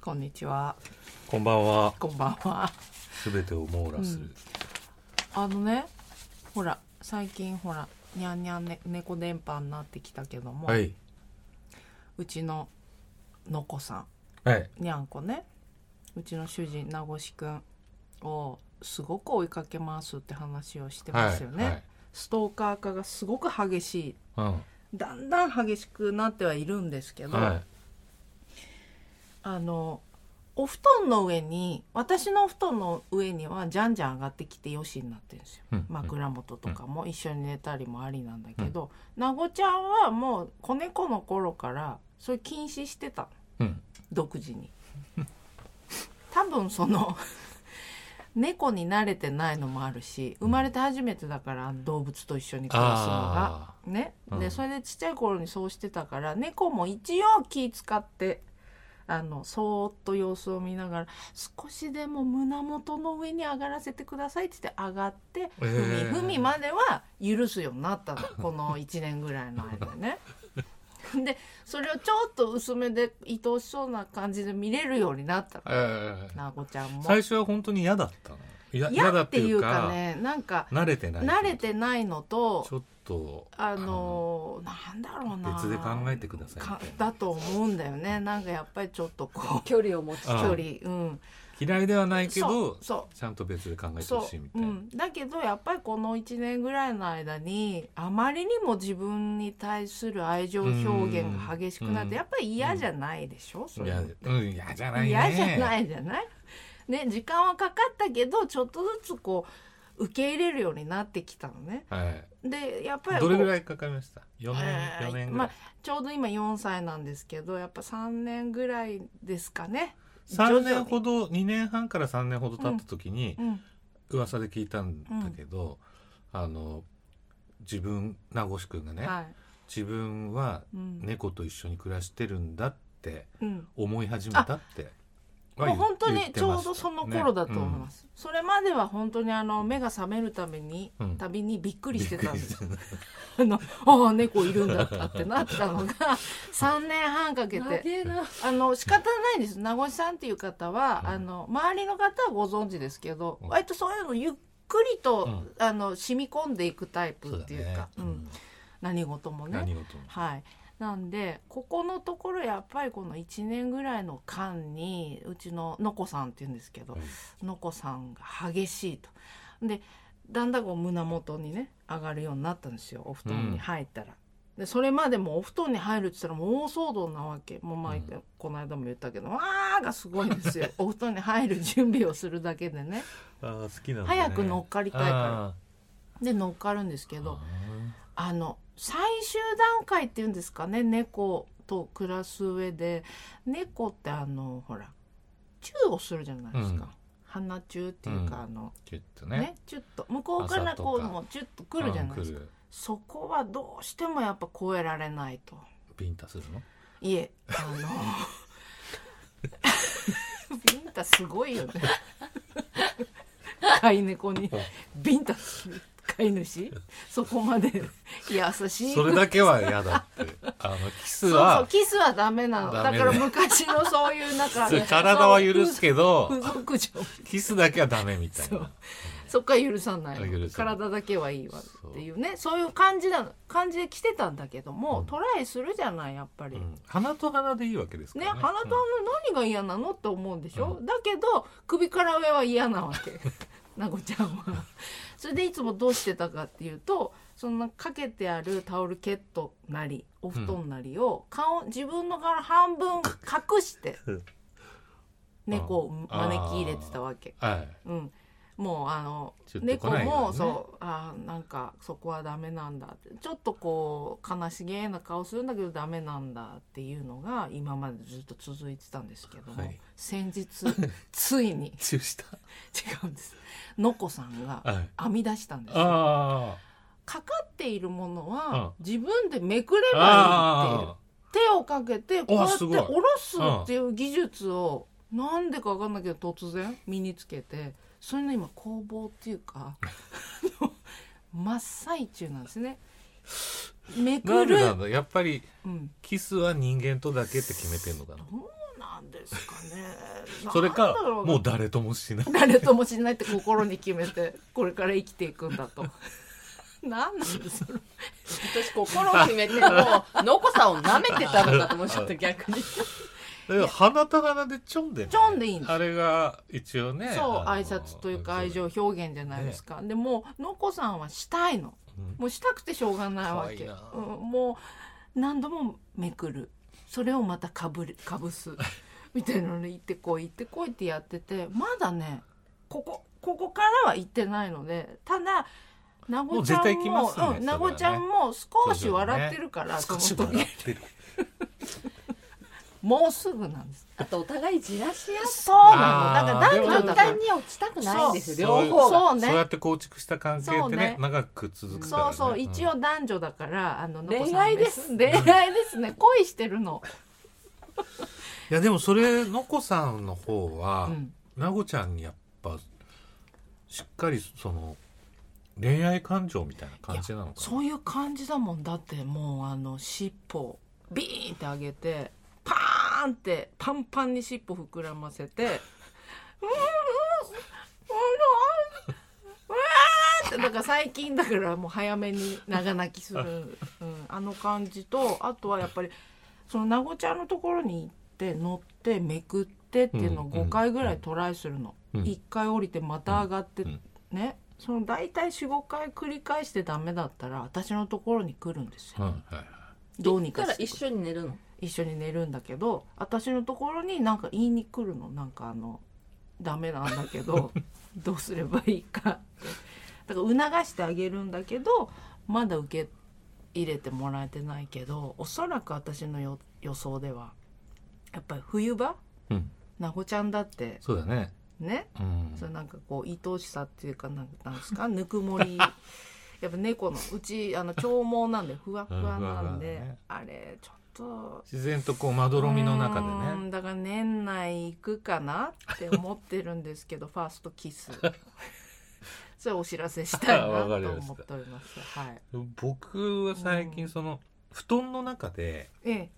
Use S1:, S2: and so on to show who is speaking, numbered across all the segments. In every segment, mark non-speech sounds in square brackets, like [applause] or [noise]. S1: こんにちは。
S2: こんばんは。
S1: こんばんは。
S2: すべてを網羅する。
S1: あのね、ほら、最近ほら、にゃんにゃんね、猫電波になってきたけども、
S2: はい。
S1: うちののこさ
S2: はい。
S1: ん、にゃんこね、うちの主人、名越くんをすごく追いかけますって話をしてますよね。
S2: はい
S1: ストーカー化がすごく激しい。
S2: はい。
S1: だんだん激しくなってはいるんですけ
S2: うん。
S1: ど、
S2: はい。
S1: あのお布団の上に私のお布団の上にはじゃんじゃん上がってきてよしになってるんですよ、
S2: うん
S1: 枕元とかも一緒に寝たりもありなんだけど、なごちゃんはもう子猫の頃からそれ禁止してたの
S2: うん。
S1: 独自
S2: [laughs]
S1: に多分その猫に慣れてないのもあるし生まれて初めてだから動物と一緒に暮らすのが。
S2: あ
S1: ね、
S2: うん
S1: でそれでちっちゃい頃にそうしてたから猫も一応気使ってあのそーっと様子を見ながら少しでも胸元の上に上がらせてくださいって言って上がって
S2: え
S1: 踏
S2: ー
S1: み踏みまでは許すようにな
S2: [laughs]
S1: ったのこの1年ぐらいの間ね。 [laughs] でそれをちょっと薄めで愛おしそうな感じで見れるようになったの
S2: あ。ええ。
S1: なごちゃんも。
S2: 最初は本当に嫌だったの。いや嫌
S1: 嫌
S2: だ
S1: っ
S2: ってて
S1: い
S2: いうう
S1: か
S2: か。
S1: ねなんか
S2: 慣れてない。
S1: 慣れ。てないのと
S2: ちょっと。
S1: あのーなんだろうな
S2: 別で考えてくださいみたいな
S1: かだと思うんだよねなんかやっぱりちょっとこう
S3: 距離を持つ
S1: 距
S2: あ
S1: 離うん
S2: 嫌いではないけ
S1: そう
S2: ど。
S1: そ
S2: ちゃんと別で考
S1: う
S2: えて
S1: そ
S2: ほしいみた
S1: う、
S2: いうな。
S1: ん、だけどやっぱりこの1年ぐらいの間にあまりにも自分に対する愛情表現が激しくなっ
S2: うん
S1: てやっぱり嫌じゃないでしょ、それ
S2: 嫌で。うん、嫌じゃないね。。
S1: 嫌じゃないいじゃない [laughs] ね時間はかかったけどちょっとずつこう受け入れるようになってきたのね
S2: はい。
S1: でやっぱり
S2: どれぐら
S1: い
S2: いかかりました。四
S1: えー
S2: 年。四年ぐ
S1: ま
S2: ら
S1: あ
S2: い。
S1: ちょうど今4歳なんですけどやっぱ3年ぐらいですかね徐
S2: 三
S1: 々
S2: 年
S1: に
S2: ほど、二年半から三年ほど経った時に。
S1: うん
S2: 噂で聞いたんだけど、あの自分名越くんがね、
S1: はい
S2: 自分は
S1: うん
S2: 猫と一緒に暮らしてるんだって
S1: うん、
S2: 思い始めたっては
S1: もう
S2: 言
S1: 本当
S2: 言
S1: に
S2: って
S1: ちょ
S2: ま
S1: う
S2: した
S1: どその頃だと思いま
S2: ね
S1: す、それまでは本当にあの目が覚めるために、
S2: うん
S1: 旅にびっく
S2: うん
S1: りしてたん
S2: び
S1: で
S2: っくり
S1: す
S2: してた
S1: [laughs] あのああ猫いるんだったってなってたの
S2: [laughs]
S1: が3年半かけて
S3: えな
S1: あの仕方ないです名越さんっていう方は、
S2: うん
S1: あの周りの方はご存知ですけど、
S2: うん
S1: 割とそういうのゆっくりと、
S2: うん
S1: あの染み込んでいくタイ
S2: そう
S1: プっ
S2: だ
S1: ていう
S2: ね
S1: か、
S2: う
S1: うん
S2: ん
S1: 何事もね。
S2: 何事も
S1: はい、なんでここのところやっぱりこの1年ぐらいの間にうちののこさんって言うんですけど、のこさんが激しいと。でだんだんこう胸元にね上がるようになったんですよお布団に入ったら。でそれまでもお布団に入るって言ったらもう大騒動なわけもう前、
S2: うん
S1: この間も言ったけど「わー」がすごいんですよお布団に入る準備をするだけでね
S2: あー好きなんだね
S1: 早く乗っかりたいか
S2: あ
S1: らで乗っかるんですけ
S2: ー
S1: ど
S2: あ
S1: あの最終段階っていうんですかね猫と暮らす上で猫ってあのほらチューをするじゃないですか、
S2: うん
S1: 鼻チューっていうか、あの
S2: ーちょっと
S1: ね
S2: ね
S1: チュッと向こうから
S2: 朝と
S1: こ
S2: か
S1: うもうチュッと来るじゃないですか、
S2: うん来る
S1: そこはどうしてもやっぱ超えられないと
S2: ビンタするの
S1: いえあのビンタすごいよね飼い猫にビンタする飼い主そこまで優しい
S2: それだけは嫌だって
S1: [laughs]
S2: あのキス
S1: そうそう
S2: は
S1: キスはダメなのだ
S2: ダメ
S1: か
S2: だ
S1: ら昔のそういうなんか
S2: 体は許す
S1: け
S2: けど
S1: 付属上
S2: キスだけはダメみたい
S1: そう
S2: な
S1: そっから許さないの
S2: 許さない
S1: 体だけはいいわっていうねそういう感じなの感じで来てたんだけども、
S2: うん
S1: トライするじゃないやっぱり、
S2: うん鼻と鼻でいいわけですか
S1: ね
S2: ら
S1: 鼻と鼻の何が嫌なのって思うんでしょ、
S2: う
S1: だけど首から上は嫌なわけ [laughs] なこちゃんはそれでいつもどうしてたかっていうとそんなかけてあるタオルケットなりお布団なりを顔自分の顔の半分隠して
S2: うん
S1: 猫を招き入れてたわけ。
S2: うんはい
S1: うん、もうあの
S2: ちょっと
S1: 猫
S2: 来ないように
S1: も
S2: ね
S1: そうあーなんかそこはダメなんだってちょっとこう悲しげな顔するんだけどダメなんだっていうのが今までずっと続いてたんですけども、
S2: はい
S1: 先日 [laughs] ついに
S2: チューした。
S1: 違うんですのこさんが
S2: はい。
S1: 編み出したんですよ
S2: あ
S1: かかっているものは
S2: あ
S1: 自分でめくれ
S2: あ。
S1: ばいいっていう手
S2: あ
S1: をかけてこうやって
S2: す
S1: 下
S2: ごい
S1: ろすっていう技術をなんでかわかんないけど突然身につけてそれの今工房っていうかあの真っ最中なんですね。め
S2: あ。な
S1: く
S2: んで
S1: る
S2: なんだ。やっぱり
S1: うん、
S2: キスは人間とだけって決めてんのかな。
S1: どうななんですかね
S2: それか
S1: なんだろうな
S2: もう誰ともしない
S1: 誰ともしないって心に決めてこれから生きていくんだと。 [laughs] なんなんです
S2: [laughs]
S1: か
S3: 私心を決めてもうノコさんを舐めてたのかと思っちゃった逆に
S2: だから花束なんでちょんで、ね、
S1: ちょんでいいんです
S2: あれが一応ね
S1: そう
S2: あの
S1: 挨拶というか愛情表現じゃないですか、でものこさんはしたいの
S2: うん
S1: もうしたくてしょうがないわけ
S2: 可愛いな
S1: うん、もう何度もめくるそれをまたかぶるかぶす [laughs] みたいなので行ってこい行ってこいってやっててまだねここここからは行ってないのでただな
S2: も
S1: ご
S2: う
S1: ちゃん
S2: 絶対
S1: も
S2: 来ますねそれはね
S1: うん、なごちゃんも少し笑ってるから、
S2: 少し
S1: その時
S2: 笑ってる
S1: もうすぐなんです
S3: あとお互いじらし合
S1: そうな
S2: あ
S1: の
S2: ー
S1: だから
S2: で
S1: 男
S2: も
S1: 女
S3: う
S1: だ
S3: 簡
S1: か
S3: 単
S1: ら
S3: に落ちたくないんですよ
S1: そう
S3: 両方が
S1: そうね
S2: そうやって構築した関係っ
S1: そう
S2: てね
S1: ね
S2: 長く続くから、
S1: そ
S2: ね、
S1: うそう一応男女だから、あの
S3: 恋愛です
S1: 恋愛ですね恋してるの、
S2: いやでもそれのこさんの方は、
S1: うん
S2: なごちゃんにやっぱしっかりその恋愛感情みたいな感じなのかな
S1: そういう感じだもんだってもうあの尻尾ビーンって上げてパーンってパンパンに尻尾膨らませて「うんうんうんうん」ってだから最近だからもう早めに長泣きする、うん、あの感じとあとはやっぱりそのなごちゃんのところに行って乗ってめくってっていうのを5回ぐらいトライするの、
S2: うん
S1: 1回降りてまた上がって、
S2: うん
S1: ねその大体45回繰り返してダメだったら私のところに来るんですよ、
S2: はいはい
S1: どうにか
S3: だから
S1: して
S3: 一緒に寝るの
S1: 一緒に寝るんだけど私のところになんか言いに来るのなんかあのダメなんだけど
S2: [laughs]
S1: どうすればいいかってだから促してあげるんだけどまだ受け入れてもらえてないけどおそらく私のよ予想ではやっぱり冬場
S2: うん、
S1: なごちゃんだって
S2: そうだね、
S1: ね
S2: うん、
S1: そうなんかこう愛おしさっていうかなんなんですか [laughs] ぬくもりやっぱ猫のうちあの長毛なんでふわふわなんで、
S2: うんふわふわだね
S1: あれちょっと
S2: 自然とこうまどろみの中で
S1: うー
S2: ね
S1: んだから年内行くかなって思ってるんです
S2: [laughs]
S1: けどファーストキス [laughs] それお知らせしたいな
S2: わ
S1: と
S2: かりま [laughs] した
S1: 思っておりますはい
S2: 僕は最近その布団の中で
S1: ええ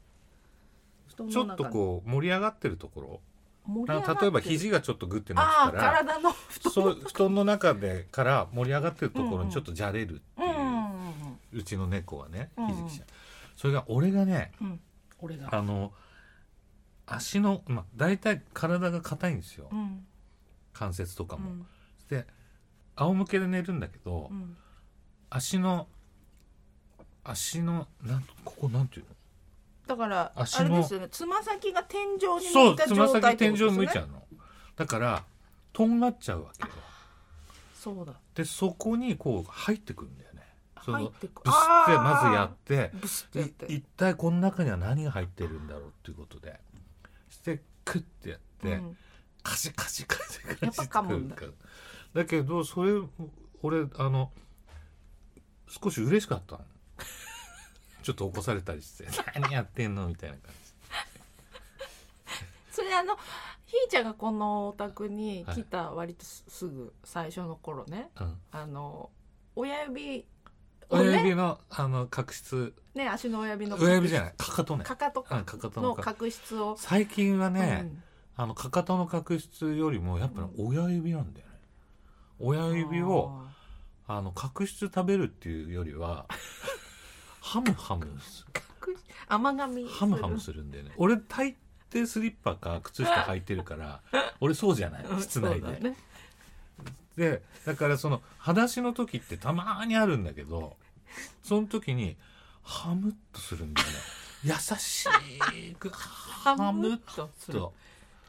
S2: ちょっとこう盛り上がってるとこ
S1: う
S2: ろなんか例えば肘がちょっとグッてなっ
S1: あ
S2: て
S1: あ
S2: たら
S1: 体の
S2: そう布団の中でから盛り上がってるところ
S1: うんうん
S2: にちょっとじゃれるって
S1: う
S2: い
S1: ん
S2: う、
S1: うん
S2: うちの猫はね
S1: うんうん
S2: ひじきちゃん、それが俺がね
S1: うんうん俺が
S2: あの足の、まあ、大体体が硬いんですよ、
S1: うん
S2: 関節とか
S1: う
S2: も。
S1: ん
S2: で仰向けで寝るんだけど、
S1: うん
S2: 足の足のなんここなんていうの
S1: だからあ
S2: 足
S1: れ
S2: の
S1: ですよねつま先が天井に
S2: そ
S1: 向いうた
S2: つま
S1: 状態
S2: 先
S1: って
S2: 天
S1: ことです
S2: 井
S1: よ
S2: 向
S1: ね
S2: いちゃうのだからとんがっちゃうわけよ
S1: そうだ
S2: でそこにこう入ってくるんだよねその
S1: 入っ
S2: ブス
S1: て
S2: って
S1: く
S2: まずやって
S1: ブスってやっ
S2: で
S1: て
S2: 一体この中には何が入ってるんだろうっていうことでしてクッてやって、
S1: うん
S2: カシカシカシカシ
S1: やっぱ噛むんだ
S2: ってくるからだけどそれ俺あの少し嬉しかったの [laughs] ちょっと起こされた
S1: [laughs]
S2: りして「何やってんの?」みたいな感
S1: それあのひーちゃんがこのお宅に来た割とすすぐ最初の頃ね
S2: じ、うん
S1: あの親指を
S2: 親
S1: ね
S2: 指のあの角質
S1: ね足の親指の
S2: 親指じゃないかかとね
S1: かかと
S2: うんかかと
S1: の
S2: の角
S1: 角質を
S2: 最近はね、
S1: うん
S2: あのかかとの角質よりもやっぱり親指なんだよね親指を
S1: あ
S2: あの角質食べるっていうよ
S1: [laughs]
S2: りはハムハムす
S1: ー角質甘噛み
S2: ハムハム
S1: す
S2: するんだよね俺大抵スリッパか靴下履いてるから俺そうじゃない
S1: る
S2: 室内
S1: そうだ
S2: で、
S1: ね
S2: でだからその裸足の時ってたまーにあるんだけどその時にハムっとするんだよね優しくハムっ
S1: とする
S2: と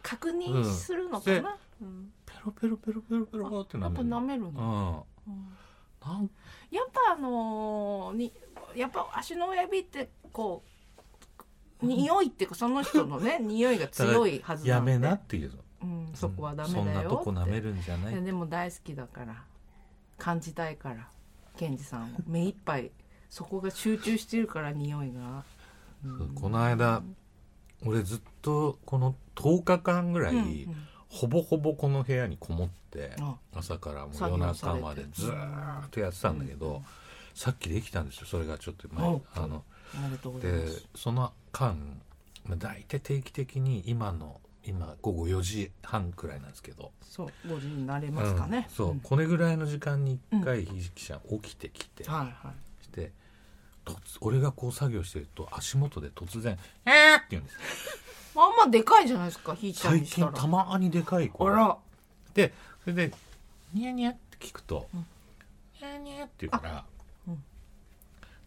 S1: 確認するのかな、うん
S2: ペロペロペロペロペロって
S1: や
S2: な
S1: っ
S2: め
S1: ぱ
S2: る
S1: 舐
S2: の
S1: める
S2: う
S1: の、
S2: ん
S1: うん
S2: なん
S1: やっぱあのーにやっぱ足の親指ってこう匂いっていうかその人の
S2: [laughs]
S1: ね匂いが強いはず
S2: や
S1: なんで
S2: めなっていうの
S1: うん、そこはダメだ
S2: そ
S1: よ
S2: んなとこ舐め
S1: る
S2: るんじゃない
S1: でも大好きだから感じたいから健二さんを目いっぱいそこが集中してるから匂いが、うん
S2: そうこの間俺ずっとこの10日間ぐらい、
S1: うんうん
S2: ほぼほぼこの部屋にこもって
S1: あ
S2: 朝からもう
S1: 作
S2: 夜
S1: 業され
S2: 中
S1: て
S2: までずーっとやってたんだけど、さっきできたんですよそれがちょっと前
S1: お
S2: あの
S1: おめでとうござい
S2: で
S1: ます
S2: その間まあ大体定期的に今の今午後4時半くらいなんですけど、
S1: そう5時になりますかね
S2: うん、そう、
S1: ん
S2: これぐらいの時間に一回ひじきちゃん起きてきて、
S1: はいはい
S2: して突俺がこう作業してると足元で突然「えー!」って言うんです
S1: まああんまでかいじゃないですかひいちゃん
S2: 最
S1: にした
S2: 近
S1: ら
S2: たまにでかい子
S1: あら
S2: でそれで「ニヤニヤ」って聞くと
S1: うん
S2: 「ニヤニヤ」って言うから「
S1: うん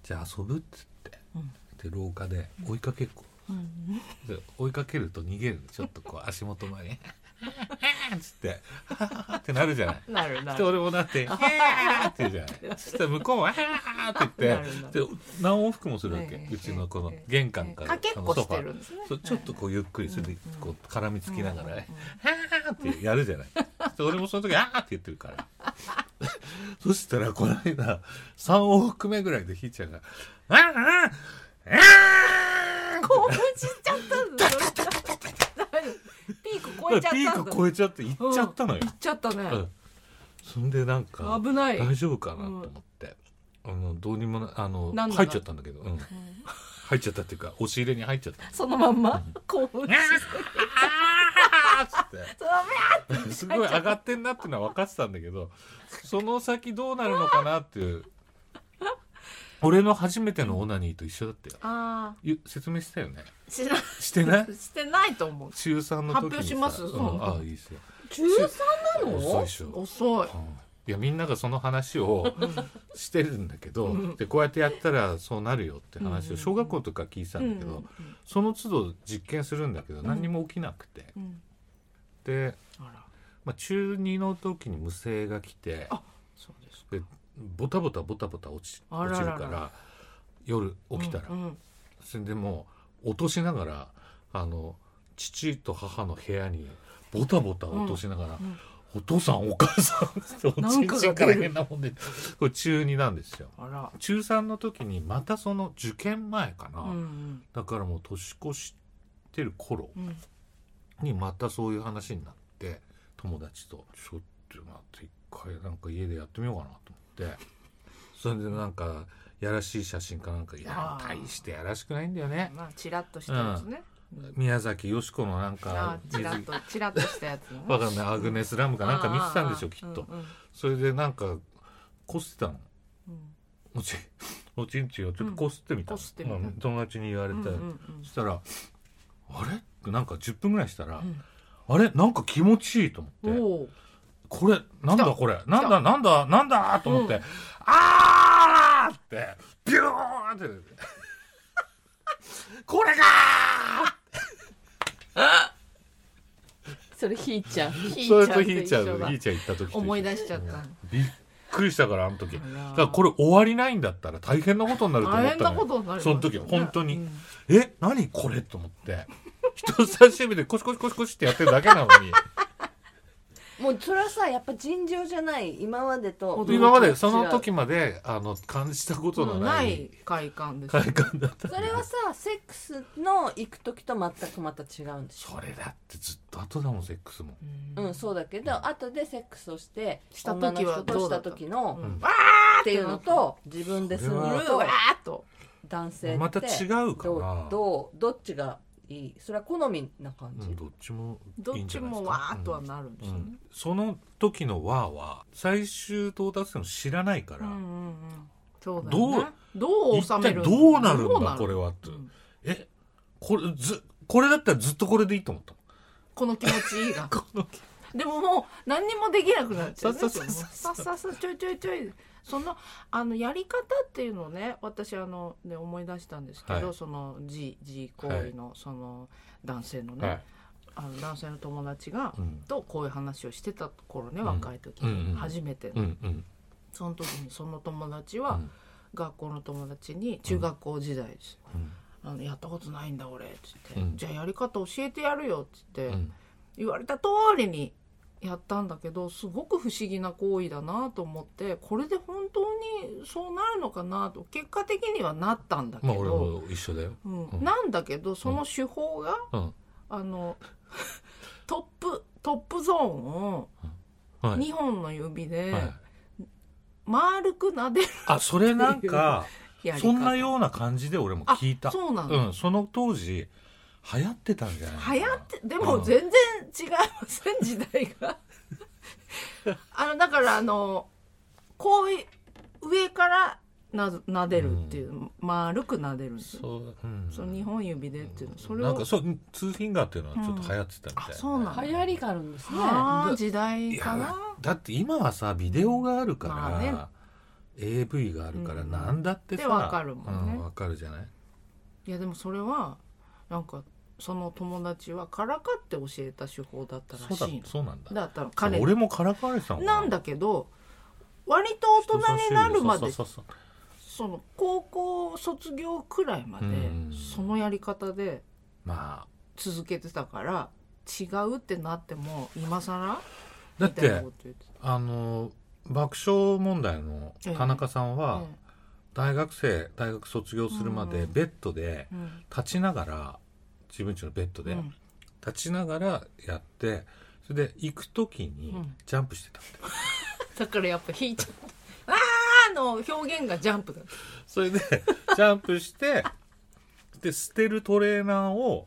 S2: じゃあ遊ぶ」っつって、
S1: うん
S2: で廊下で追いかけっこ
S1: うん
S2: で追いかけると逃げるちょっとこう足元 [laughs] 前に「っつって [laughs] 「はははってなるじゃない。
S3: なるな
S2: で
S3: る。
S2: 俺もだって「へーって言うじゃないそしたら向こうは「へーって言
S3: なるな
S2: ってで何往復もするわけ、
S3: ええ
S2: うちのこの
S3: ええ
S2: 玄関から
S1: かけっ
S2: あの
S1: こ
S2: ソ
S1: し
S2: ファ
S1: て
S2: ー
S1: るんですね
S2: そうちょっとこうゆっくりそれでこう絡みつきながら
S1: うんうん
S2: ね「はあ」ってやるじゃない。で俺もその時「ああ」って言ってるから。 [laughs] そしたらこの間3往復目ぐらいでひーちゃんが「あああああ
S3: こうちっちゃったんだ。
S1: ピーク超えちゃったん
S2: ピ
S1: だ
S2: ーク超えちゃって行っちゃったのよ
S1: い。っちゃったね、
S2: うんそんでなんか
S1: 危ない
S2: 大丈夫かなと思って、あのどうにもなあの
S1: なんだか
S2: 入っちゃったんだけど、うん、入っちゃったっていうか押し入れに入
S1: [laughs]
S2: っちゃった。
S1: そのまんま興奮し
S2: あーっつって
S1: そのま
S2: すごい上がってんなってのは分かってたんだけどその先どうなるのかなっていう俺の初めてのオナニーと一緒だったよ
S1: あ
S2: ゆ説明したよね
S1: ーしな
S2: してない
S1: してないと思う
S2: 中3の時にさ
S1: 発表します
S2: うん
S1: そう
S2: ああいいですよ
S1: 中3なの
S2: 遅いっしょ
S1: 遅い
S2: うんいやみんながその話をしてるんだけどでこうやってやったらそうなるよって話を小学校とか聞いてたんだけどその都度実験するんだけど何にも起きなくて
S1: うんうん
S2: で、
S1: あら
S2: まあ、中2の時に無声が来て
S1: あそうです
S2: でボタボタボタボタ落ち
S1: あら
S2: 落
S1: らら
S2: ちるから夜起きたら、
S1: うんうん
S2: それでもう落としながらあの父と母の部屋にボタボタ落としながら「
S1: うんうん
S2: お父さんお母さん」ってお
S1: なん
S2: ち
S1: か
S2: ん
S1: が
S2: ち
S1: 出
S2: ん
S1: る
S2: から変なもんでこれ中2なんですよ。
S1: あら
S2: 中3の時にまたその受験前かな、
S1: うんうん
S2: だからもう年越してる頃
S1: うん
S2: にまたそういう話になって友達と「ちょっと待って一回なんか家でやってみようかな」と思ってそれでなんかやらしい写真かなんかいや
S1: あー
S2: 大してやらしくないんだよね
S1: まあチラッとしたやつねうん
S2: 宮崎美子のなんか
S1: あー
S2: 水
S1: チラッとチラッとしたやつね
S2: わかんないアグネス・ラムかなんか見てたんでしょ
S1: あー
S2: きっと
S1: うんうん
S2: それでなんかこすってたの
S1: うん
S2: おちおちんちをちょっとこすってみたの
S1: うんこすってみた
S2: まあ友達に言われ
S1: うん
S2: て
S1: うん
S2: そしたら「あれ?」ってなんか10分ぐらいしたら「
S1: ん
S2: あれなんか気持ちいい」と思って
S1: うん。おー
S2: これ、なんだ
S1: 来た
S2: これ、なんだなんだなんだと思って、
S1: う
S2: あーって、ビューンって、 [laughs] これが
S3: それひーちゃん。
S2: ー
S3: ひ
S2: それ
S3: ー
S2: とひーち
S3: ち
S2: ゃ
S3: ゃ
S2: ん
S3: んと一
S2: と、
S3: 緒だ
S2: ひ。ーちゃん行った時と一緒
S1: 思い出しちゃった
S2: びっくりしたから、あの時。だ
S1: あらー
S2: からこれ終わりないんだったら大変なことになると思
S1: 大
S2: っ
S1: 変
S2: た
S1: な
S2: の
S1: こ
S2: よ。
S1: とになる
S2: その時は本当に
S1: うん
S2: え、何これと思って。人差し指でコシコシコシコシってやってるだけなのに。
S4: もうそれはさやっぱ尋常じゃない今までと
S2: 今までその時まで、あの、感じたことの
S1: な
S2: ない
S1: い快感です
S2: 快感だった。
S4: それはさセックスの行く時と全くまた違うんでしょ
S2: それだってずっと後だもん、セックスも。
S1: う
S4: うんんそうだけど後でセックスをして
S1: した時
S4: 女の人
S1: は
S4: と
S1: どう
S4: し
S1: だ
S4: た
S1: った
S4: 時の
S1: う
S2: う
S1: ん
S2: ん
S4: あーっていうのと自分でする
S2: それ
S4: の
S2: は
S1: う
S4: と
S1: わーっと
S4: 男性って
S2: また違うか
S4: ど
S2: な
S4: うどうどっちがいいそれは好みな感
S2: う
S4: じ、
S2: ん、どっちも
S1: ど
S2: いい
S1: っ
S2: んじ
S1: ち
S2: ゃないです
S1: も
S2: か
S1: わーっとはなるんです
S2: う
S1: よね
S2: んその時の「わ」は最終到達点を知らないから、
S1: うんうんうんそうだ
S2: ど
S1: よ
S2: う
S1: ねどう
S2: 一
S1: 収
S2: 体
S1: める
S2: どうなるんだこれ
S1: は
S2: はって、えこれずこれだったらずっとこれでいいと思ったもん
S1: この気持ちいいが [laughs] でももう何にもできなくなっちゃうね
S2: そうそうそうそう
S1: さっささちょいちょいちょいそのあのやり方っていうのをね私あの、ね、思い出したんですけど、
S2: はい
S1: その G, G 行為のその男性のね、
S2: はい
S1: あの男性の友達が、
S2: うん
S1: とこういう話をしてた頃ね
S2: ん
S1: 若い時
S2: うんうん
S1: に初めて
S2: うんうん
S1: その時にその友達
S2: う
S1: は
S2: ん
S1: 学校の友達に中学校時代です
S2: うん
S1: あのやったことないんだ俺っつって、
S2: うん
S1: じゃあやり方教えてやるよっつって、
S2: うん
S1: 言われた通りにやったんだけどすごく不思議な行為だなと思ってこれで本当にそうなるのかなと結果的にはなったんだけ
S2: まあ俺
S1: ど、
S2: も一緒だよ、
S1: うん
S2: うん
S1: なんだけどその手法が、
S2: うん
S1: あの
S2: [laughs]
S1: トップトップゾーンを
S2: はい
S1: 2本の指で
S2: はい、
S1: 丸く撫でる
S2: あそれなんか
S1: やり方
S2: そんなような感じで俺も聞いた
S1: あそうなの、
S2: うん、その当時流行ってたんじゃないかな
S1: 流行ってで
S2: う
S1: も
S2: ん
S1: 全然違いません時代
S2: [laughs]
S1: があのだからあのこうい上からな撫でるっていう、丸く撫でるんですよ
S2: そう、うん、
S1: その2本指でっていうのそれを
S2: なんかそうツーフィンガーっていうのはちょっと流行ってたみたいな、
S1: うんあそうなんだ
S3: 流行りがあるんですね。
S1: あー時代
S2: い
S1: か
S2: や
S1: な
S2: だって今はさビデオがあるから、
S1: まあね
S2: AV があるから
S1: うん
S2: なんだってさ、
S1: でわかるもんね
S2: うわかるじゃない
S1: いやでもそれはなんかその友達はからかって教えた手法だったら
S2: そう
S1: し
S2: だ
S1: いの
S2: そうなんだ
S1: だったら彼
S2: 俺もからかわれてたもん
S1: なんだけど割と大人になるまで
S2: そうそうそう
S1: その高校卒業くらいまで
S2: うん
S1: そのやり方で
S2: まあ
S1: 続けてたから違うってなっても今更み
S2: だった
S1: いな
S2: て
S1: こと言ってた
S2: あの爆笑問題の田中さんは、
S1: え
S2: 大学生大学卒業するまで
S1: うん
S2: ベッドで
S1: えうん
S2: 立ちながら自分家のベッドで
S1: うん
S2: 立ちながらやってそれで行く時に
S1: うん
S2: ジャンプしてたんだよ
S1: だからやっぱ引いちゃ
S2: [laughs]
S1: った「あー」の表現がジャンプだった
S2: それで [laughs] ジャンプしてで捨てるトレーナーを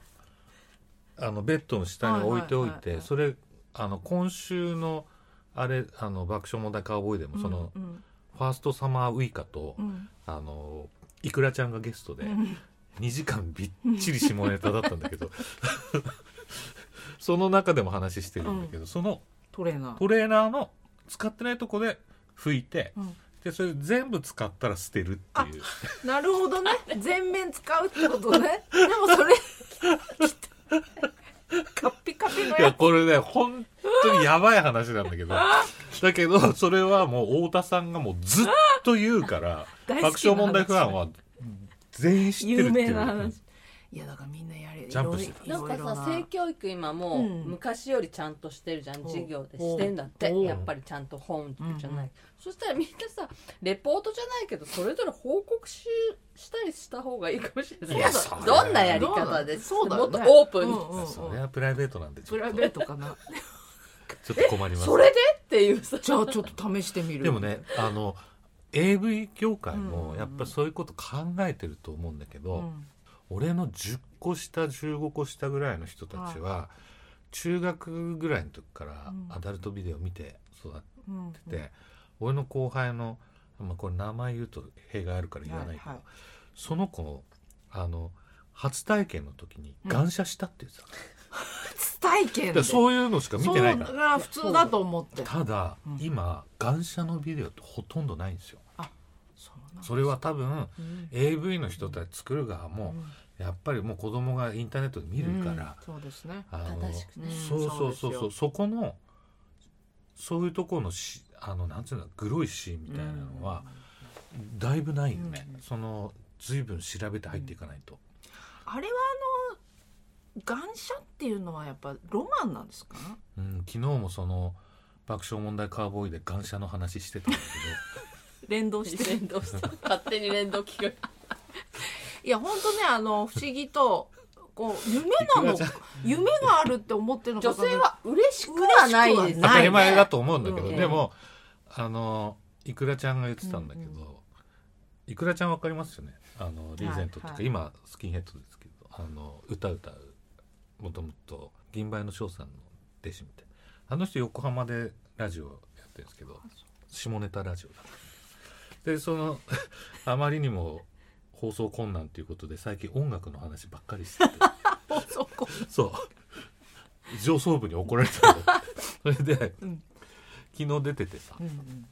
S2: あのベッドの下に置いて
S1: は
S2: おい
S1: いはいはい
S2: て
S1: はい
S2: それあの今週のあれあの爆笑問題カーボーイでもその、
S1: うん
S2: ファーストサマーウイカと、
S1: うん
S2: あのいくらちゃんがゲストで
S1: うん
S2: 2時間びっちり下ネタだったんだけどその中でも話してるんだけど、その
S1: トレーナー
S2: トレーナーの使ってないとこで拭いて、
S1: うん
S2: でそれ全部使ったら捨てるっていう。
S1: なるほどね全面使うってことねでもそ
S2: [laughs]
S1: れカッピカピの
S2: いや、
S1: やつ
S2: これね、本当にやばい話なんだけど。だけど、それはもう太田さんがもうずっと言うから、
S1: 大好
S2: 爆
S1: きな話
S2: 笑問題ファンは全員知ってる
S1: 有
S2: ってい
S1: 名
S2: う。
S1: な話いやだからみんなやれ
S2: ジャンプして
S1: い
S3: な
S1: ろ
S3: ん
S1: い
S3: か
S1: ろ
S3: さ性教育今もう
S1: うん
S3: 昔よりちゃんとしてるじゃん、
S1: ほう
S3: 授業でしてんだって
S1: ほう
S3: やっぱりちゃんと本じゃない、
S1: うん
S3: そしたらみんなさレポートじゃないけどそれぞれ報告ししたりした方がいいかもしれない
S2: いやそうだよ
S3: どんなやり方です
S1: そうだ
S3: も
S1: よ
S3: っ
S1: ね
S3: とオープンに、
S1: うんうん
S2: それはプライベートなんでち
S1: プ
S2: ょ
S1: ラ
S2: っ
S1: イ
S2: と
S1: ベートかな
S2: ちょっと困ります
S3: それでっていうさ
S1: じゃあちょっと試してみる
S2: でもねあの AV 業界も
S1: うん
S2: やっぱそういうこと考えてると思うんだけど、
S1: うん
S2: 俺の10個下15個下ぐらいの人たちは、中学ぐらいの時から
S1: うん
S2: アダルトビデオ見て育って
S1: うん
S2: って俺の後輩の、まあ、これ名前言うと弊害あるから言わないけど、
S1: はいはい
S2: その子あの初体験の時に感射したって言ってた、
S1: 初体験
S2: だか
S1: で
S2: らそういうのしか見てないか
S1: そう
S2: ら
S1: が普通だと思って
S2: ただ、
S1: うん
S2: 今感射のビデオってほとんどないんですよ
S1: そうなん
S2: それは多分
S1: うん
S2: AV の人たち作る側も
S1: うん
S2: やっぱりもう子供がインターネットで見るから、
S1: うんそうですね
S2: あの
S3: 正しくね
S2: そうそうそう
S1: うんそう
S2: そ
S1: で
S2: うそこのそういうところのしあのなんていうのグロいシーンみたいなのは、だいぶないよね、
S1: うん
S2: その随分調べて入っていかないと、
S1: あれはあの願射っていうのはやっぱロマンなんですか
S2: うん昨日もその爆笑問題カーボーイで感謝の話してたんだ
S1: 連動して
S3: 連動して勝手に連動聞
S1: [laughs]
S3: く
S1: いや本当ねあの不思議とこう夢なの
S2: いくらじゃ
S1: 夢があるって思ってるのか
S3: 女性は嬉しくはないです
S1: 嬉し
S2: け
S1: くは
S2: ど当
S1: な
S2: た
S1: いね
S2: り前だと思うんだけど、
S1: うん
S2: でもあのいくらちゃんが言ってたんだけど、
S1: うんう
S2: いくらちゃんわかりますよねあのリーゼントとか、
S1: はいはい
S2: 今スキンヘッドですけどあの歌歌うもともと銀杯の翔さんの弟子みたいあの人横浜でラジオやってるんですけど下ネタラジオだでその [laughs] あまりにも放送困難ということで最近音楽の話ばっかりしてて
S1: そこ
S2: そう上層部に怒られたのそれで、
S1: うん
S2: 昨日出ててさ
S1: う、んうん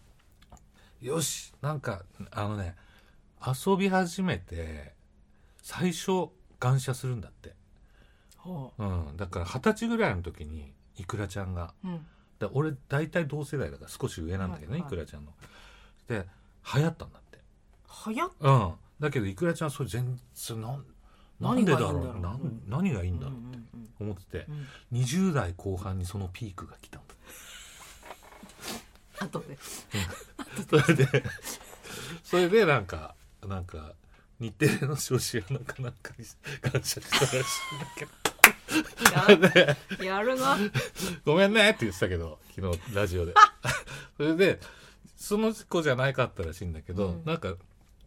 S2: よしなんかあのね遊び始めて最初感謝するんだって、
S1: ほ
S2: うん、だから二十歳ぐらいの時にいくらちゃんが
S1: ううん
S2: だから俺大体同世代だから少し上なんだけど
S1: はい
S2: ね、い
S1: はい
S2: くらちゃんので流行ったんだって
S1: 流行っ
S2: うんだけどいくらちゃんそれ全然なんなんでだろう
S1: 何がいいんだろう
S2: なん
S1: うん
S2: 何がいい
S1: うんんう
S2: だ
S1: ん
S2: ろうって思ってて
S1: うんうん
S2: 20代後半にそのピークが来たんだ
S1: あとで
S2: それで、 [laughs] それでなんか、なんか、日テレの少子アナかなんかに感謝したらしいんだけど、
S1: やるな
S2: [laughs] ごめんねって言ってたけど、昨日ラジオで。 [laughs] それで、その子じゃないかったらしいんだけど、
S1: うん
S2: なんか、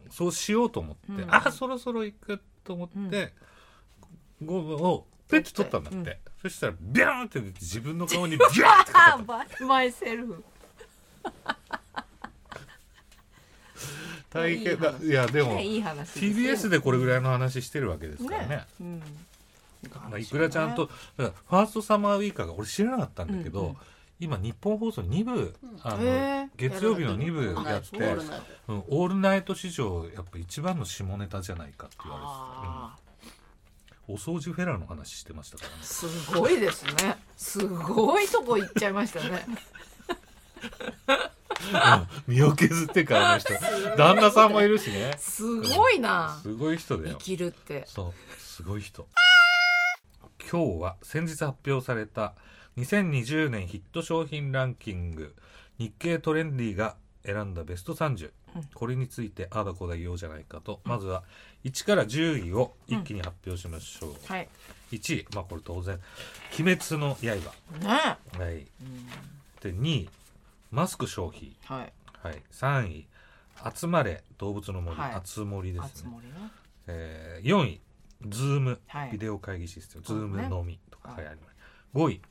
S2: そうしようと思って、
S1: うん
S2: あ、そろそろ行くと思って、
S1: うん
S2: ゴムをペッて取ったんだって、そしたらビャーンって出て自分の顔にビャーってかか
S4: あ
S2: っ
S4: ばい
S1: マイセルフ
S2: た大変だ
S1: [laughs] いい話
S2: いやでも
S1: ねいい話ですね
S2: TBS でこれぐらいの話してるわけですからね
S1: ねうん
S2: まあ、いくらちゃんと、だからファーストサマーウイカーが俺知らなかったんだけど、
S1: うんうん
S2: 今日本放送2部、
S3: ん
S2: あの
S1: へー
S2: 月曜日の2部
S1: あ
S2: やって
S1: そう
S2: う
S1: なん
S2: ん
S1: だ
S2: オ,、ールナイト史上やっぱ一番の下ネタじゃないかって言われ
S1: あ
S2: てた、うんお掃除フェラーの話してました [laughs] から
S1: ー
S2: ね
S1: すごいですねすごいとこ行っちゃいましたね
S2: うん身を削ってからの人旦那さんもいるしね
S1: すごいな
S2: すごい人だ
S1: 生
S2: よ
S1: きるって
S2: そうすごい人今日は先日発表された2020年ヒット商品ランキング日経トレンディが選んだベスト30、
S1: うん
S2: これについてああだこうだ言おうじゃないかと、まずは1から10位を一気に発表しましょう、
S1: はい
S2: 1位まあこれ当然「鬼滅の刃
S1: ね」
S2: はい
S1: うん
S2: で2位マスク消費、
S1: はい
S2: はい、3位集まれ動物の森、
S1: はい
S2: 集森で
S1: あつ
S2: すね
S1: 森ね
S2: えー4位、ズーム、
S1: はい
S2: ビデオ会議システム、ズ
S1: そ
S2: ー
S1: うね
S2: ムのみとか
S1: はい
S2: 流行りました。5位、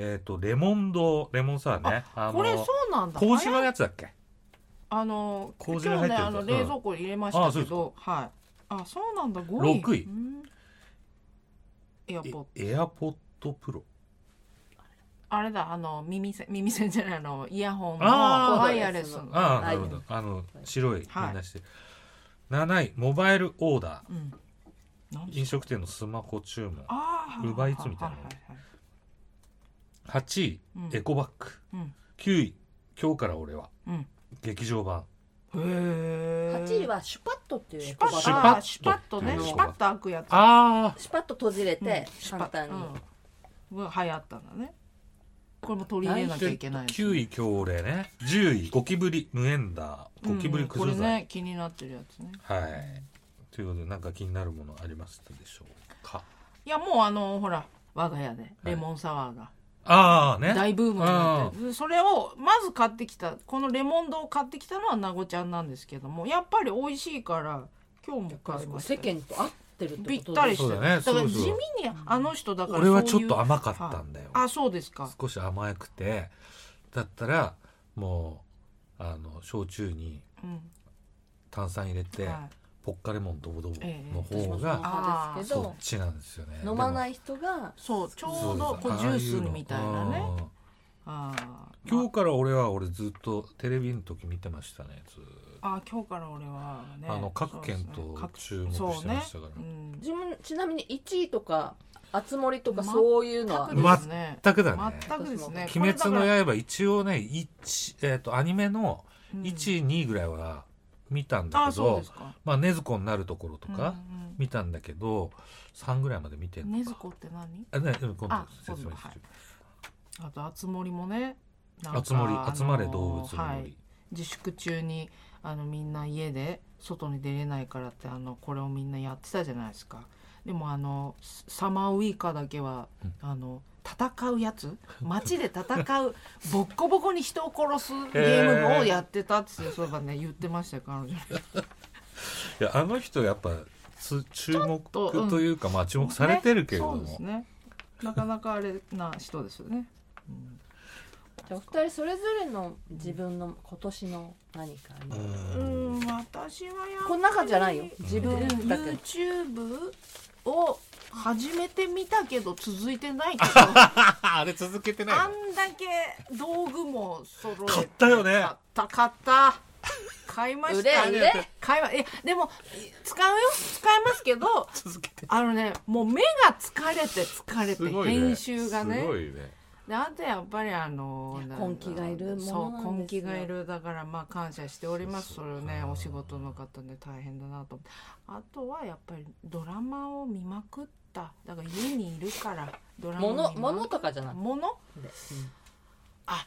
S2: えっ、と、レモンド、レモンサワーね。あ
S1: これそうなんだ
S2: 麹のやつだっけ
S1: あの今日
S2: 麹が入って
S1: ね
S2: る
S1: あ
S2: んだ
S1: の冷蔵庫に入れましたけど、はい。あそうなんだ5位。
S2: 六位
S1: うん。エア
S2: え
S1: ポッ
S2: エアポッドプロ。
S1: あれだあの耳栓耳栓じゃないあのイヤホンの
S2: あー
S1: ワイヤレスの。
S2: ああ、な
S4: はい
S2: るほど。あの、白い、みん
S1: はい
S2: なしてる。7位、モバイルオーダ
S1: うん。なん
S2: ー。
S1: で
S2: 飲食店のスマホ注文。
S1: ああ。
S2: 奪いつみたいな
S1: はははは
S2: 8位、
S1: うん
S2: エコバッグ。
S1: うん
S2: 9位、今日から俺は、
S1: うん。
S2: 劇場版。
S1: へえ。
S4: 8位
S1: は
S4: はシュパッとっていう
S1: シ
S4: 言
S1: ュパ
S4: 葉
S1: ッ
S2: シュパッ
S1: あ
S2: と
S1: ーシュパッとね
S2: うん
S1: シュパッと開くやつ。
S2: あ
S4: シュパッと閉じれて
S1: シュパ
S4: 簡単に
S1: うん。は流行ったんだね。これも取り入れなきゃいけないですね。
S2: 9位強例ね10位ゴキブリ無縁だゴキブリ
S1: うんこ
S2: 崩
S1: れ
S2: 剤、
S1: ね気になってるやつね。
S2: はいということでなんか気になるものありましたでしょうか
S1: いやもうあのほら我が家でレモンサワーが
S2: ああね
S1: 大ブームになってるそれをまず買ってきたこのレモン丼を買ってきたのはなごちゃんなんですけどもやっぱり美味しいから今日も買いました
S3: 世
S1: よ
S3: 間と合ってるってこと
S1: ぴったりして
S2: そう
S1: る
S2: だね
S1: から
S2: そう
S1: 地
S2: そう
S1: 味にあの人だから
S2: 俺はちょ
S1: そ
S2: っ
S1: うい
S2: と
S1: う
S2: 甘かったんだよ
S1: あそうですか
S2: 少し甘くてだったらもうあの焼酎に
S1: うん
S2: 炭酸入れて、
S1: はい
S2: ポッカレモンドボドボの
S1: え
S2: 方
S3: 私も
S2: が
S1: あ
S3: そうですけ
S2: そ
S3: ど
S2: っちなんですよね
S4: 飲ま
S2: い
S4: ない人が
S1: そうちょうどこうジュースみたいなねあー
S2: 今日から俺は俺ずっとテレビの時見てましたねずーっと
S1: あー今日から俺はね
S2: あの各県
S1: そうですね
S2: と
S1: 各
S2: 注目してましたから
S1: そうねうん
S3: 自分ちなみに1位とか熱盛とか
S1: ま
S3: そういうのは
S1: 全くですね
S2: 全くだね
S1: 全くですね
S2: 「鬼滅の刃」一応ね一えー、とアニメの
S1: うん
S2: 1位、2位ぐらいは見たんだ
S1: あ
S2: け
S1: そうで
S2: ど
S1: すか
S2: まあ禰豆子になるところとか
S1: うんうん
S2: 見たんだけど、3ぐらいまで見てんの
S1: ね
S2: か
S1: ずこって何
S2: あねうん今度
S1: あ
S2: 説
S1: 今
S2: 明
S1: 度
S2: し
S1: は
S2: て
S1: いあとあつ森もねなんか
S2: 集まり、
S1: あのー
S2: 集まれ動物の森、
S1: はい、自粛中にあのみんな家で外に出れないからってあのこれをみんなやってたじゃないですかでもあのスサマーウイカだけは、
S2: うん
S1: あの戦うやつ
S2: [laughs]
S1: 街で戦うボッコボコに人を殺すゲームをやってたって、そういえばね言ってましたよ彼女
S2: いやあの人やっぱつ注目
S1: とうん
S2: というか、まあ注目されてるけれども、
S1: ねそうですねなかなかあれな人ですよね、うん
S4: じゃあお二人それぞれの自分の今年の何かあります
S1: うん、私はやっぱり
S4: この中じゃないよ自
S1: うん
S4: 分だけ
S1: YouTube を始めてみたけど続いてないけど
S2: [laughs]
S4: [laughs]
S2: あれ続けてない
S1: あ
S2: の
S1: んだけ道具も揃えて
S2: 買ったよね
S1: 買った買った買いまし
S4: 売れ
S1: た
S4: 売れ
S1: 買いまいやでも使うよ使いますけど
S2: 続けて
S1: あのねもう目が疲れて疲れて、編集がね
S2: すごいね
S1: であとやっぱりあの
S4: いや
S1: なんだろう
S4: 根気がいるものなんですよ
S1: そう根気がいるだからまあ感謝しております
S2: そ
S1: そうれ
S2: そう
S1: をね
S2: うん
S1: お仕事の方ね大変だなと思ってあとはやっぱりドラマを見まくっただから家にいるからドラマを
S3: もの
S1: 見ま
S3: もの
S1: く
S3: とかじゃなくて
S1: もの
S3: で
S1: あ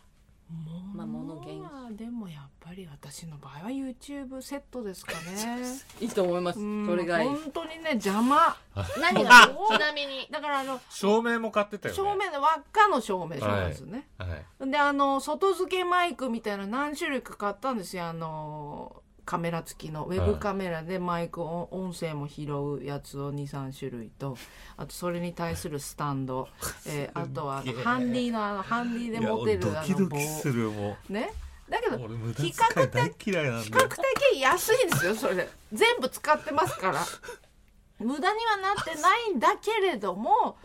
S4: まあ
S1: 物
S4: 物
S1: は
S4: 原
S1: でもやっぱり私の場合は YouTube セットですかね
S3: いいと思います
S1: うん
S3: それがいい
S1: 本当にね邪魔
S4: 何がちなみに
S1: だからあの
S2: 照明も買ってたよね
S1: 正面の輪っかの照明そうですね、
S2: はい
S1: であの外付けマイクみたいな何種類か買ったんですよあのカメラ付きのウェブカメラでマイク音音声も拾うやつを23種類とあとそれに対するスタン
S2: [laughs]
S1: ド、えーあとはあの
S2: すっげえ
S1: ハンディのあのハンディで持てる
S2: いや
S1: あ
S2: ドキ
S1: の
S2: ド
S1: 棒
S2: キするも
S1: ねだけ
S2: う
S1: ど
S2: 俺無駄遣い大嫌いなん
S1: 比
S2: だ
S1: 較
S2: よ
S1: 的安いんですよそれ全部使ってますから無駄にはなってないんだけれども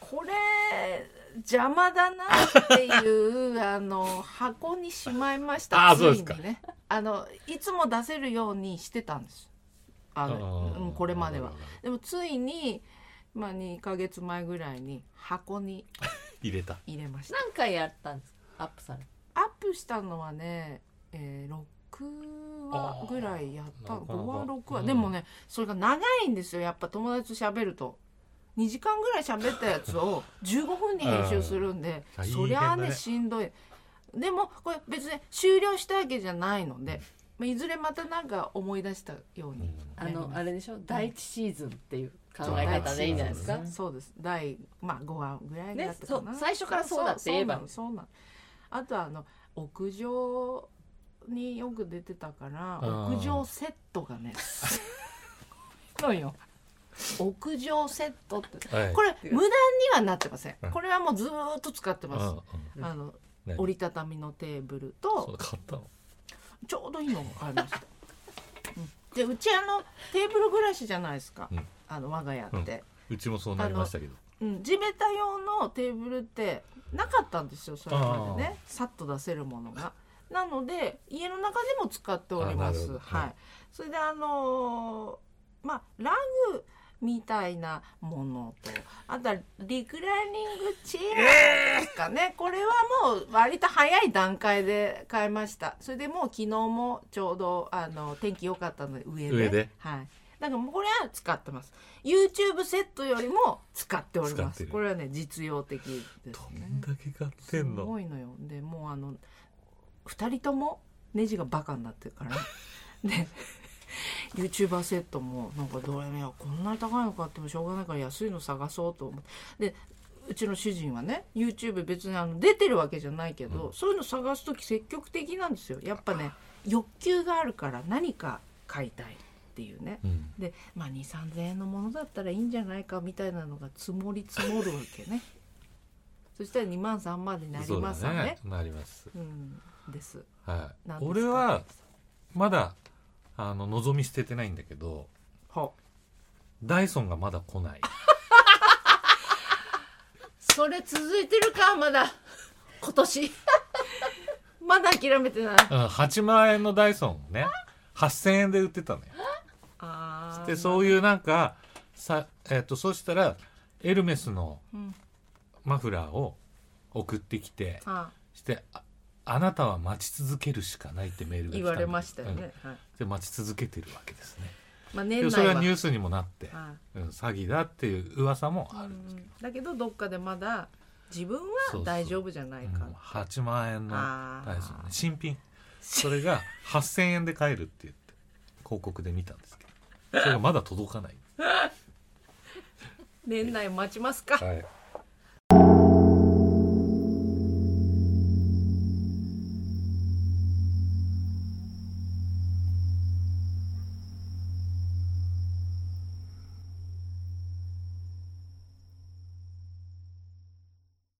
S1: これ邪魔だなっていう [laughs] あの箱にしまいました
S2: あーそうですか
S1: ついにねあのいつも出せるようにしてたんですあの、うん、これまではでもついに、まあ、2ヶ月前ぐらいに箱に
S2: 入れた
S1: 入れました
S3: 何回やったんですかアップされ
S1: アップしたのはね、えー、6話ぐらいやった
S2: あーなかなか
S1: 5話6話、
S2: うん
S1: でもねそれが長いんですよやっぱ友達と喋ると2時間ぐらい喋ったやつ
S2: [laughs]
S1: を15分に編集するんで、
S2: うん
S1: そりゃあ
S2: 大変だ
S1: ね
S2: ね
S1: しんどいでもこれ別に終了したわけじゃないので、まあ、いずれまたなんか思い出したように、
S3: あのあれでしょ第一シーズンっていう考
S2: そう
S3: え
S1: 第一
S3: 方でいいんじゃないですか
S2: そう
S1: そうです第、まあ、5話ぐらいだったかな、
S3: ねそう最初からそうだって言えば
S1: そうそうなのそうなのあとあの屋上によく出てたから
S2: うん
S1: 屋上セットがねのよ屋上セットって
S2: はい
S1: これ無駄にはなってません
S2: うん
S1: これはもうずーっと使って
S2: うんう
S1: ま
S2: ん
S1: すあの
S2: 何
S1: 折りたたみのテーブル
S2: そ
S1: と
S2: う買ったの
S1: ちょうどいいのがありました、うんでうちあのテーブル暮らしじゃないですか、
S2: うん
S1: あの我が家って、
S2: うちもそうなりましたけど
S1: うん、地べた用のテーブルってなかったんですよそれまでねさっと出せるものが。なので家の中でも使っておりま
S2: あなるほ
S1: す。
S2: ど
S1: はい、それであのーまあラグみたいなものとあとはリクライニングチェアですかね、これはもう割と早い段階で買いましたそれでもう昨日もちょうどあの天気良かったので上で
S2: 上で
S1: はいだからもうこれは使ってます YouTube セットよりも使っておりま
S2: 使って
S1: す
S2: る
S1: これはね実用的です
S2: ど
S1: ね
S2: んだけ買って
S1: す
S2: んの
S1: ごいのよでもうあの2人ともネジがバカになってるからね
S2: [laughs]
S1: で YouTuber セットもなんかどれもいやこんなに高いの買ってもしょうがないから安いの探そうと思ってでうちの主人はね YouTube 別にあの出てるわけじゃないけど、
S2: うん
S1: そういうの探す時積極的なんですよやっぱね欲求があるから何か買いたいっていうね
S2: うん
S1: で、まあ、2 3 0 0円のものだったらいいんじゃないかみたいなのが積もり積もるわけ
S2: [laughs]
S1: ねそしたら2万3万になります
S2: そ
S1: わ
S2: うだ
S1: ね
S2: なります
S1: うんです
S2: はい
S1: なんですか
S2: 俺はまだあの望み捨ててないんだけど
S1: ほ
S2: ダイソンがまだ来ない
S1: それ続いてるかま
S2: [laughs]
S1: だ今年 [laughs] まだ諦めてない
S2: うん8万円のダイソンをね8000円で売ってたのよ
S1: あ
S2: でそういうなんかさ、えっとそうしたらエルメスの
S1: うん
S2: マフラーを送ってきて
S1: あ
S2: してああなたは待ち続けるしかないってメールが
S1: 言
S2: 来たん
S1: わ
S2: だ
S1: れましたよ
S2: うん
S1: ね、はい
S2: で待ち続けてるわけですね
S1: まあ、
S2: で
S1: 年
S2: それ
S1: 内
S2: は
S1: は
S2: ニュースにもなって、
S1: は
S2: うん、詐欺だっていう噂も
S1: い
S2: あるんですけ
S1: うんだけどどっかでまだ自分
S2: そうそ
S1: は
S2: う
S1: 大丈夫じゃない
S2: ど、
S1: か
S2: うん8万円の
S1: あー
S2: ダイソンね新品それが8000円で買えるって言って広告で見たんですけどそれがまだ届かない、
S1: 年内待ちますか
S2: はい、